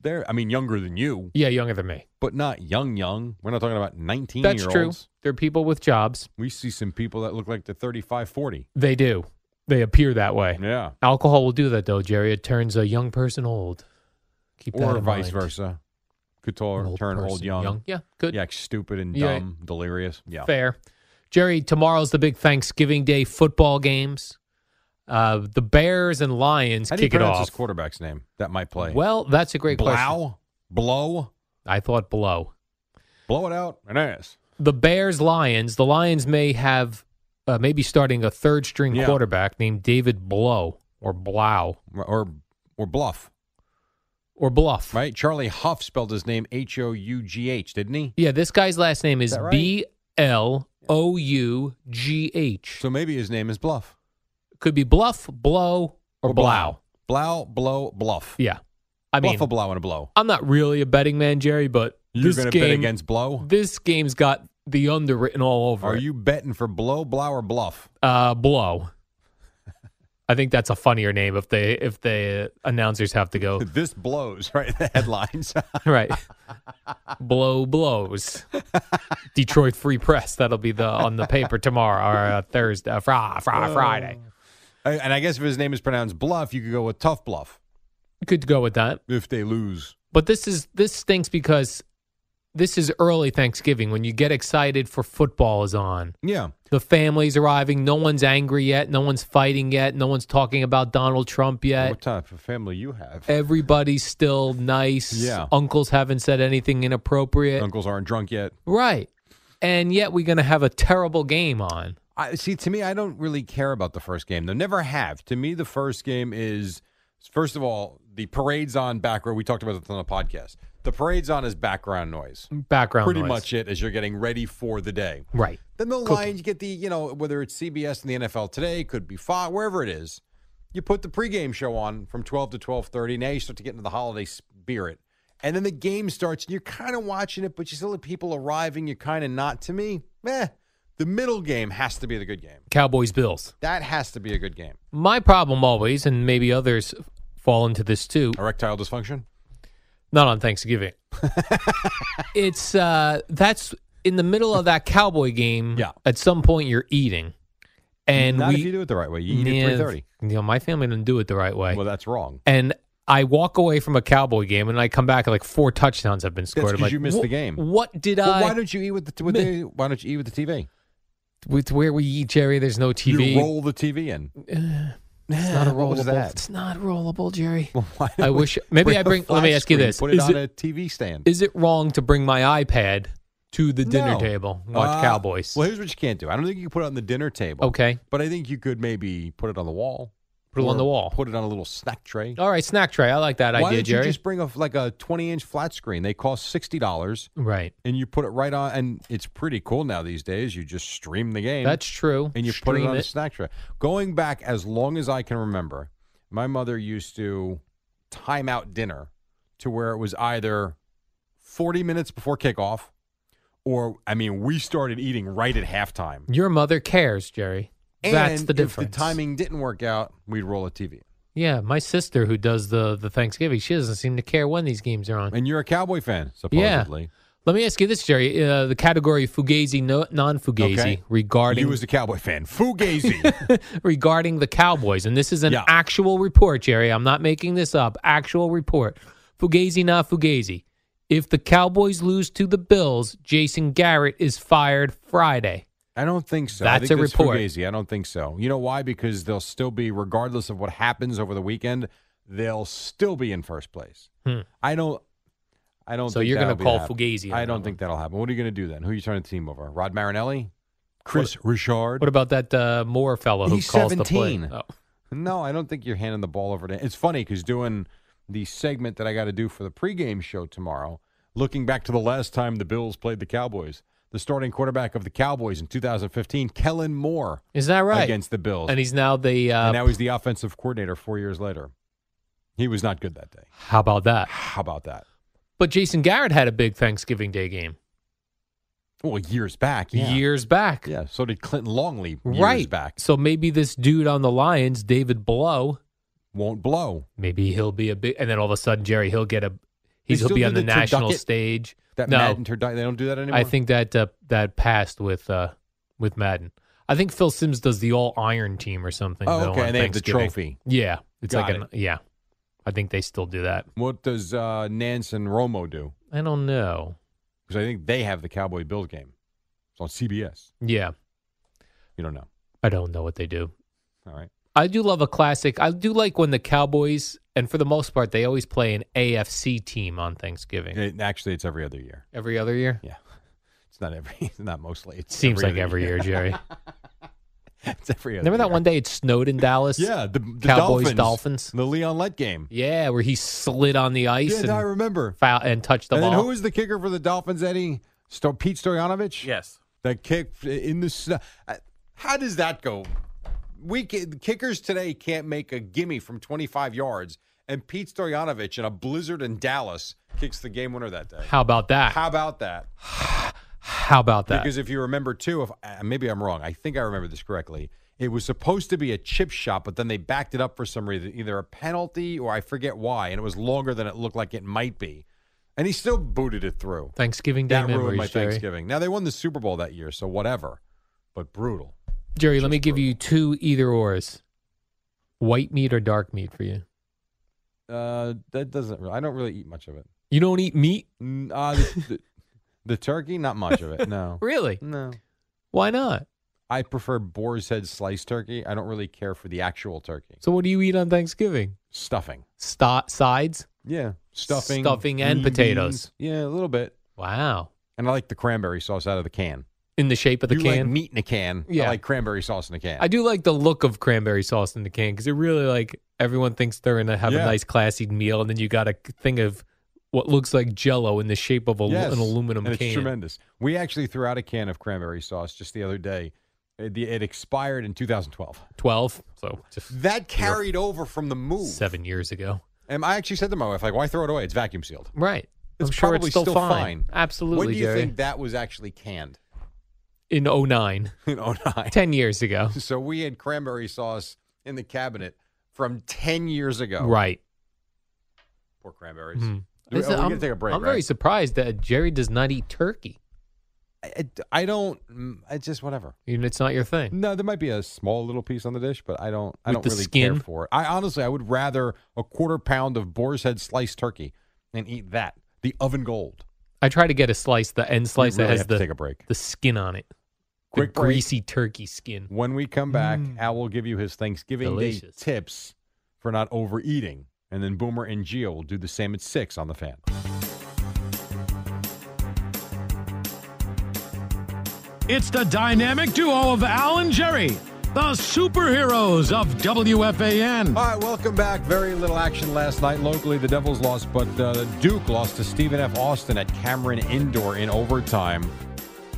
Speaker 3: They're I mean younger than you,
Speaker 2: yeah, younger than me.
Speaker 3: but not young young. We're not talking about 19
Speaker 2: That's
Speaker 3: year
Speaker 2: true.
Speaker 3: olds.
Speaker 2: They're people with jobs.
Speaker 3: We see some people that look like they're 35, 40.
Speaker 2: They do. They appear that way.
Speaker 3: Yeah.
Speaker 2: Alcohol will do that, though, Jerry. It turns a young person old. Keep that
Speaker 3: Or
Speaker 2: in mind.
Speaker 3: vice versa. Could
Speaker 2: An
Speaker 3: turn
Speaker 2: old
Speaker 3: turn old
Speaker 2: person,
Speaker 3: young.
Speaker 2: Yeah, good.
Speaker 3: Yeah, stupid and
Speaker 2: Yeah.
Speaker 3: dumb, delirious. Yeah.
Speaker 2: Fair. Jerry, tomorrow's the big Thanksgiving Day football games. Uh, the Bears and Lions
Speaker 3: How do you
Speaker 2: kick it
Speaker 3: pronounce
Speaker 2: off.
Speaker 3: his quarterback's name that might play?
Speaker 2: Well, that's a great question.
Speaker 3: Blow? Blow?
Speaker 2: I thought blow.
Speaker 3: Blow it out and ass.
Speaker 2: The Bears Lions. The Lions may have uh, maybe starting a third string
Speaker 3: Yeah.
Speaker 2: quarterback named David Blow or Blau
Speaker 3: Or- Or or bluff,
Speaker 2: or Bluff.
Speaker 3: right? Charlie Huff spelled his name H O U G H, didn't he?
Speaker 2: Yeah, this guy's last name is
Speaker 3: that right?
Speaker 2: B L O U G H.
Speaker 3: So maybe his name is Bluff.
Speaker 2: Could be Bluff, Blow, or, Blau.
Speaker 3: Blow, blow, bluff.
Speaker 2: Yeah. I
Speaker 3: bluff
Speaker 2: mean,
Speaker 3: a blow and a blow.
Speaker 2: I'm not really a betting man, Jerry, but
Speaker 3: You're
Speaker 2: this
Speaker 3: going to
Speaker 2: game
Speaker 3: bet against blow?
Speaker 2: This game's got the underwritten all over
Speaker 3: Are
Speaker 2: it.
Speaker 3: you betting for blow, blow, or bluff?
Speaker 2: Uh, blow. [laughs] I think that's a funnier name if they if the announcers have to go
Speaker 3: This blows, right? The headlines. [laughs]
Speaker 2: right. blow blows. Detroit Free Press. That'll be the on the paper tomorrow or uh, Thursday, uh, fri- fri- Friday.
Speaker 3: I- and I guess if his name is pronounced bluff, you could go with tough bluff
Speaker 2: Could go with that.
Speaker 3: if they lose.
Speaker 2: But this is this stinks because this is early Thanksgiving when you get excited for football is on.
Speaker 3: Yeah.
Speaker 2: The family's arriving. No one's angry yet. No one's fighting yet. No one's talking about Donald Trump yet.
Speaker 3: what type of family you have?
Speaker 2: Everybody's still nice.
Speaker 3: Yeah.
Speaker 2: Uncles haven't said anything inappropriate.
Speaker 3: Uncles aren't drunk yet.
Speaker 2: Right. And yet we're going to have a terrible game on.
Speaker 3: I see. To me, I don't really care about the first game. Though never have. To me, the first game is first of all the parade's on back row. We talked about this on the podcast. The parade's on is background noise.
Speaker 2: Background
Speaker 3: Pretty
Speaker 2: noise.
Speaker 3: much it as you're getting ready for the day.
Speaker 2: Right.
Speaker 3: Then the
Speaker 2: Cooking.
Speaker 3: Lions get the you know whether it's CBS and the NFL today could be Fox wherever it is. You put the pregame show on from twelve to twelve thirty. Now you start to get into the holiday spirit, and then the game starts and you're kind of watching it, but you still have people arriving. You're kind of not. To me, meh. The middle game has to be the good game.
Speaker 2: Cowboys Bills.
Speaker 3: That has to be a good game.
Speaker 2: My problem always, and maybe others fall into this too,
Speaker 3: Erectile dysfunction.
Speaker 2: not on
Speaker 3: [laughs]
Speaker 2: Thanksgiving. it's uh that's in the middle of that Cowboy game.
Speaker 3: Yeah.
Speaker 2: At some point you're eating. And
Speaker 3: not
Speaker 2: we
Speaker 3: if you do it the right way. You eat
Speaker 2: Yeah,
Speaker 3: at three thirty.
Speaker 2: You know, my family didn't do it the right way.
Speaker 3: Well, that's wrong.
Speaker 2: and I walk away from a Cowboy game, and I come back and like four touchdowns have been scored. I'm
Speaker 3: 'cause
Speaker 2: like,
Speaker 3: you missed the
Speaker 2: "Wh-
Speaker 3: game."
Speaker 2: What did
Speaker 3: Well,
Speaker 2: I?
Speaker 3: why don't you eat with the, with
Speaker 2: Me-
Speaker 3: the Why don't you eat with the TV?
Speaker 2: with where we eat, Jerry? There's no TV.
Speaker 3: You roll the TV in.
Speaker 2: it's not a
Speaker 3: What was
Speaker 2: rollable.
Speaker 3: that?
Speaker 2: It's not rollable, Jerry.
Speaker 3: [laughs] Why
Speaker 2: I
Speaker 3: don't we
Speaker 2: wish- maybe I
Speaker 3: a
Speaker 2: bring- let me
Speaker 3: flat
Speaker 2: ask you
Speaker 3: screen,
Speaker 2: this.
Speaker 3: Put it
Speaker 2: Is
Speaker 3: on
Speaker 2: it-
Speaker 3: a TV stand.
Speaker 2: Is it wrong to bring my iPad to the dinner
Speaker 3: No.
Speaker 2: table? Watch
Speaker 3: Uh,
Speaker 2: Cowboys.
Speaker 3: Well, here's what you can't do. I don't think you can put it on the dinner table.
Speaker 2: okay,
Speaker 3: But I think you could maybe put it on the wall.
Speaker 2: put it on
Speaker 3: or
Speaker 2: the wall.
Speaker 3: Put it on a little snack tray.
Speaker 2: All right, snack tray. I like that
Speaker 3: Why
Speaker 2: idea,
Speaker 3: don't
Speaker 2: Jerry.
Speaker 3: you just bring a like a 20 inch flat screen? They cost sixty dollars,
Speaker 2: right.
Speaker 3: and you put it right on. And it's pretty cool now these days. You just stream the game.
Speaker 2: That's true.
Speaker 3: and you put
Speaker 2: Stream
Speaker 3: it on a snack tray. Going back as long as I can remember, my mother used to timeout dinner to where it was either 40 minutes before kickoff or, I mean, we started eating right at halftime.
Speaker 2: Your mother cares, Jerry. That's
Speaker 3: And
Speaker 2: the difference.
Speaker 3: If the timing didn't work out, we'd roll a TV.
Speaker 2: Yeah, my sister who does the the Thanksgiving, she doesn't seem to care when these games are on.
Speaker 3: And you're a Cowboy fan,
Speaker 2: Yeah.
Speaker 3: supposedly.
Speaker 2: Let me ask you this, Jerry: uh, the category Fugazi, no, non-Fugazi,
Speaker 3: Okay.
Speaker 2: regarding
Speaker 3: You as a Cowboy fan. Fugazi.
Speaker 2: regarding the Cowboys, and this is an
Speaker 3: Yeah.
Speaker 2: actual report, Jerry. I'm not making this up. Actual report. Fugazi, not Fugazi. If the Cowboys lose to the Bills, Jason Garrett is fired Friday.
Speaker 3: I don't think so. I
Speaker 2: That's
Speaker 3: think
Speaker 2: a report.
Speaker 3: Fugazi. I don't think so. You know why? Because they'll still be, regardless of what happens over the weekend, they'll still be in first place.
Speaker 2: Hmm.
Speaker 3: I don't. I don't.
Speaker 2: So
Speaker 3: think
Speaker 2: you're gonna
Speaker 3: that'll be
Speaker 2: call
Speaker 3: hap-
Speaker 2: Fugazi on
Speaker 3: I
Speaker 2: that
Speaker 3: don't
Speaker 2: one.
Speaker 3: think that'll happen. What are you going to do then? Who are you turning the team over? Rod Marinelli, Chris Richard.
Speaker 2: What about that uh, Moore fellow who
Speaker 3: He's
Speaker 2: calls the
Speaker 3: 17.
Speaker 2: play? Oh.
Speaker 3: No, I don't think you're handing the ball over to. It's funny because doing the segment that I got to do for the pregame show tomorrow, looking back to the last time the Bills played the Cowboys, the starting quarterback of the Cowboys in 2015, Kellen Moore,
Speaker 2: Is that right?
Speaker 3: against the Bills,
Speaker 2: and he's now the. Uh,
Speaker 3: and now he's the offensive coordinator four years later. He was not good that day.
Speaker 2: how about that?
Speaker 3: How about that?
Speaker 2: But Jason Garrett had a big Thanksgiving Day game
Speaker 3: Well, years back, yeah.
Speaker 2: years back.
Speaker 3: Yeah, so did Clinton Longley years
Speaker 2: right.
Speaker 3: back.
Speaker 2: So maybe this dude on the Lions, David Blow,
Speaker 3: Won't blow.
Speaker 2: maybe he'll be a big, and then all of a sudden Jerry he'll get a, he's, he'll
Speaker 3: still
Speaker 2: be
Speaker 3: do
Speaker 2: on the,
Speaker 3: the
Speaker 2: national
Speaker 3: turducket?
Speaker 2: stage.
Speaker 3: That
Speaker 2: no,
Speaker 3: Madden turdi- they don't do that anymore.
Speaker 2: I think that uh, that passed with uh, with Madden. I think Phil Sims does the All Iron team or something.
Speaker 3: Oh,
Speaker 2: though,
Speaker 3: okay,
Speaker 2: on
Speaker 3: and they have the
Speaker 2: Thanksgiving.
Speaker 3: trophy.
Speaker 2: Yeah, it's
Speaker 3: Got
Speaker 2: like an yeah. I think they still do that.
Speaker 3: What does uh, Nance and Romo do?
Speaker 2: I don't know.
Speaker 3: because I think they have the Cowboy Bills game. It's on CBS.
Speaker 2: Yeah,
Speaker 3: You don't know.
Speaker 2: I don't know what they do.
Speaker 3: All right.
Speaker 2: I do love a classic. I do like when the Cowboys, and for the most part, they always play an AFC team on Thanksgiving
Speaker 3: It- actually, it's every other year.
Speaker 2: every other year.
Speaker 3: Yeah. [laughs] It's not every. [laughs] It's not mostly. It's
Speaker 2: Seems like
Speaker 3: other
Speaker 2: every year, Jerry.
Speaker 3: [laughs] It's every. Other
Speaker 2: Remember that
Speaker 3: year.
Speaker 2: one day it snowed in Dallas?
Speaker 3: Yeah, the, the
Speaker 2: Cowboys
Speaker 3: Dolphins,
Speaker 2: Dolphins.
Speaker 3: the Leon Lett game.
Speaker 2: Yeah, where he slid on the ice
Speaker 3: Yeah, I
Speaker 2: and
Speaker 3: remember.
Speaker 2: foul, and touched the
Speaker 3: and then
Speaker 2: ball.
Speaker 3: who was the kicker for the Dolphins? Eddie Sto- Pete Stoyanovich.
Speaker 5: Yes.
Speaker 3: That kick in the snow. I- How does that go? We ca- the kickers today can't make a gimme from 25 yards, and Pete Stoyanovich in a blizzard in Dallas kicks the game winner that day.
Speaker 2: How about that? How,
Speaker 3: How about that?
Speaker 2: about that?
Speaker 3: Because if you remember too, if uh, maybe I'm wrong, I think I remember this correctly. It was supposed to be a chip shot, but then they backed it up for some reason, either a penalty or I forget why, and it was longer than it looked like it might be. And he still booted it through.
Speaker 2: Thanksgiving Day
Speaker 3: That ruined
Speaker 2: memories,
Speaker 3: my
Speaker 2: Jerry.
Speaker 3: Thanksgiving. Now they won the Super Bowl that year, so whatever. But brutal.
Speaker 2: Jerry, let me
Speaker 3: Just
Speaker 2: give
Speaker 3: brutal.
Speaker 2: you two either ors: white meat or dark meat for you.
Speaker 3: Uh, that doesn't. Really, I don't really eat much of it.
Speaker 2: You don't eat meat,
Speaker 3: Mm, Uh, [laughs] the, the, the turkey, not much of
Speaker 2: [laughs]
Speaker 3: it. No,
Speaker 2: really?
Speaker 3: no.
Speaker 2: Why not?
Speaker 3: I prefer boar's head sliced turkey. I don't really care for the actual turkey
Speaker 2: So, what do you eat on Thanksgiving?
Speaker 3: stuffing.
Speaker 2: Sto- sides?
Speaker 3: Yeah, stuffing,
Speaker 2: Stuffing and
Speaker 3: green
Speaker 2: potatoes.
Speaker 3: beans. Yeah, a little bit.
Speaker 2: Wow!
Speaker 3: And I like the cranberry sauce out of the can.
Speaker 2: In the shape of the
Speaker 3: you
Speaker 2: can.
Speaker 3: like meat in a can. I
Speaker 2: Yeah.
Speaker 3: like cranberry sauce in a can.
Speaker 2: I do like the look of cranberry sauce in the can because it really like everyone thinks they're gonna have
Speaker 3: Yeah.
Speaker 2: a nice classy meal, and then you got a thing of what looks like Jello in the shape of a,
Speaker 3: Yes,
Speaker 2: an aluminum
Speaker 3: and
Speaker 2: can.
Speaker 3: It's tremendous. We actually threw out a can of cranberry sauce just the other day. It, the- it expired in 2012.
Speaker 2: Twelve, so just
Speaker 3: That carried over from the move.
Speaker 2: seven years ago.
Speaker 3: And I actually said to my wife, like, why throw it away? It's vacuum sealed.
Speaker 2: Right.
Speaker 3: It's
Speaker 2: I'm sure
Speaker 3: probably
Speaker 2: it's still, fine.
Speaker 3: When
Speaker 2: Absolutely,
Speaker 3: do you
Speaker 2: Jerry.
Speaker 3: think that was actually canned? [laughs]
Speaker 2: In 09,
Speaker 3: In 09.
Speaker 2: 10 years ago.
Speaker 3: [laughs] So we had cranberry sauce in the cabinet from 10 years ago.
Speaker 2: Right.
Speaker 3: Poor cranberries.
Speaker 2: Mm.
Speaker 3: Do we-
Speaker 2: This-
Speaker 3: oh, we're
Speaker 2: I'm,
Speaker 3: gonna take a break,
Speaker 2: I'm
Speaker 3: right?
Speaker 2: very surprised that Jerry does not eat turkey.
Speaker 3: I, I don't. mm, I just whatever.
Speaker 2: You know, It's not your thing.
Speaker 3: No, there might be a small little piece on the dish, but I don't. I
Speaker 2: With
Speaker 3: don't
Speaker 2: the
Speaker 3: really
Speaker 2: skin?
Speaker 3: care for it. I honestly, I would rather a quarter pound of boar's head sliced turkey and eat that. The oven gold.
Speaker 2: I try to get a slice, the end
Speaker 3: We
Speaker 2: slice
Speaker 3: really
Speaker 2: that has
Speaker 3: have to
Speaker 2: the,
Speaker 3: take a break.
Speaker 2: the skin on it.
Speaker 3: Quick
Speaker 2: the
Speaker 3: break.
Speaker 2: greasy turkey skin.
Speaker 3: When we come back, Al will give you his Thanksgiving Day
Speaker 2: Mm. Delicious.
Speaker 3: tips for not overeating, and then Boomer and Gio will do the same at six on the fan.
Speaker 4: It's the dynamic duo of Al and Jerry, the superheroes of WFAN.
Speaker 3: All right, welcome back. Very little action last night. Locally, the Devils lost, but uh, Duke lost to Stephen F. Austin at Cameron Indoor in overtime.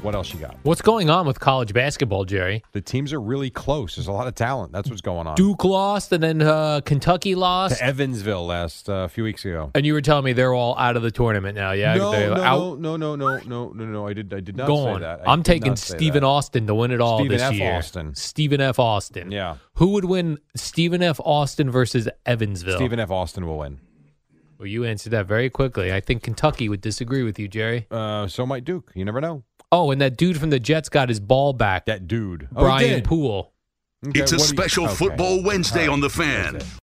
Speaker 3: What else you got?
Speaker 2: What's going on with college basketball, Jerry?
Speaker 3: The teams are really close. There's a lot of talent. That's what's going on.
Speaker 2: Duke lost, and then uh, Kentucky lost.
Speaker 3: Uh, to Evansville last uh, few weeks ago.
Speaker 2: And you were telling me they're all out of the tournament now. Yeah,
Speaker 3: no,
Speaker 2: they're
Speaker 3: no,
Speaker 2: out,
Speaker 3: no, no, no, no, no, no. I did, I did not
Speaker 2: gone.
Speaker 3: say that. I
Speaker 2: I'm
Speaker 3: did
Speaker 2: taking
Speaker 3: not say
Speaker 2: Stephen
Speaker 3: that.
Speaker 2: Austin to win it all
Speaker 3: Stephen
Speaker 2: this
Speaker 3: F.
Speaker 2: year.
Speaker 3: Austin.
Speaker 2: Stephen F. Austin.
Speaker 3: Yeah.
Speaker 2: Who would win Stephen F. Austin versus Evansville?
Speaker 3: Stephen F. Austin will win.
Speaker 2: Well, you answered that very quickly. I think Kentucky would disagree with you, Jerry.
Speaker 3: Uh, so might Duke. You never know.
Speaker 2: Oh, and that dude from the Jets got his ball back.
Speaker 3: That dude,
Speaker 2: Brian
Speaker 3: oh,
Speaker 2: Poole.
Speaker 5: It's a special Football Wednesday on The Fan.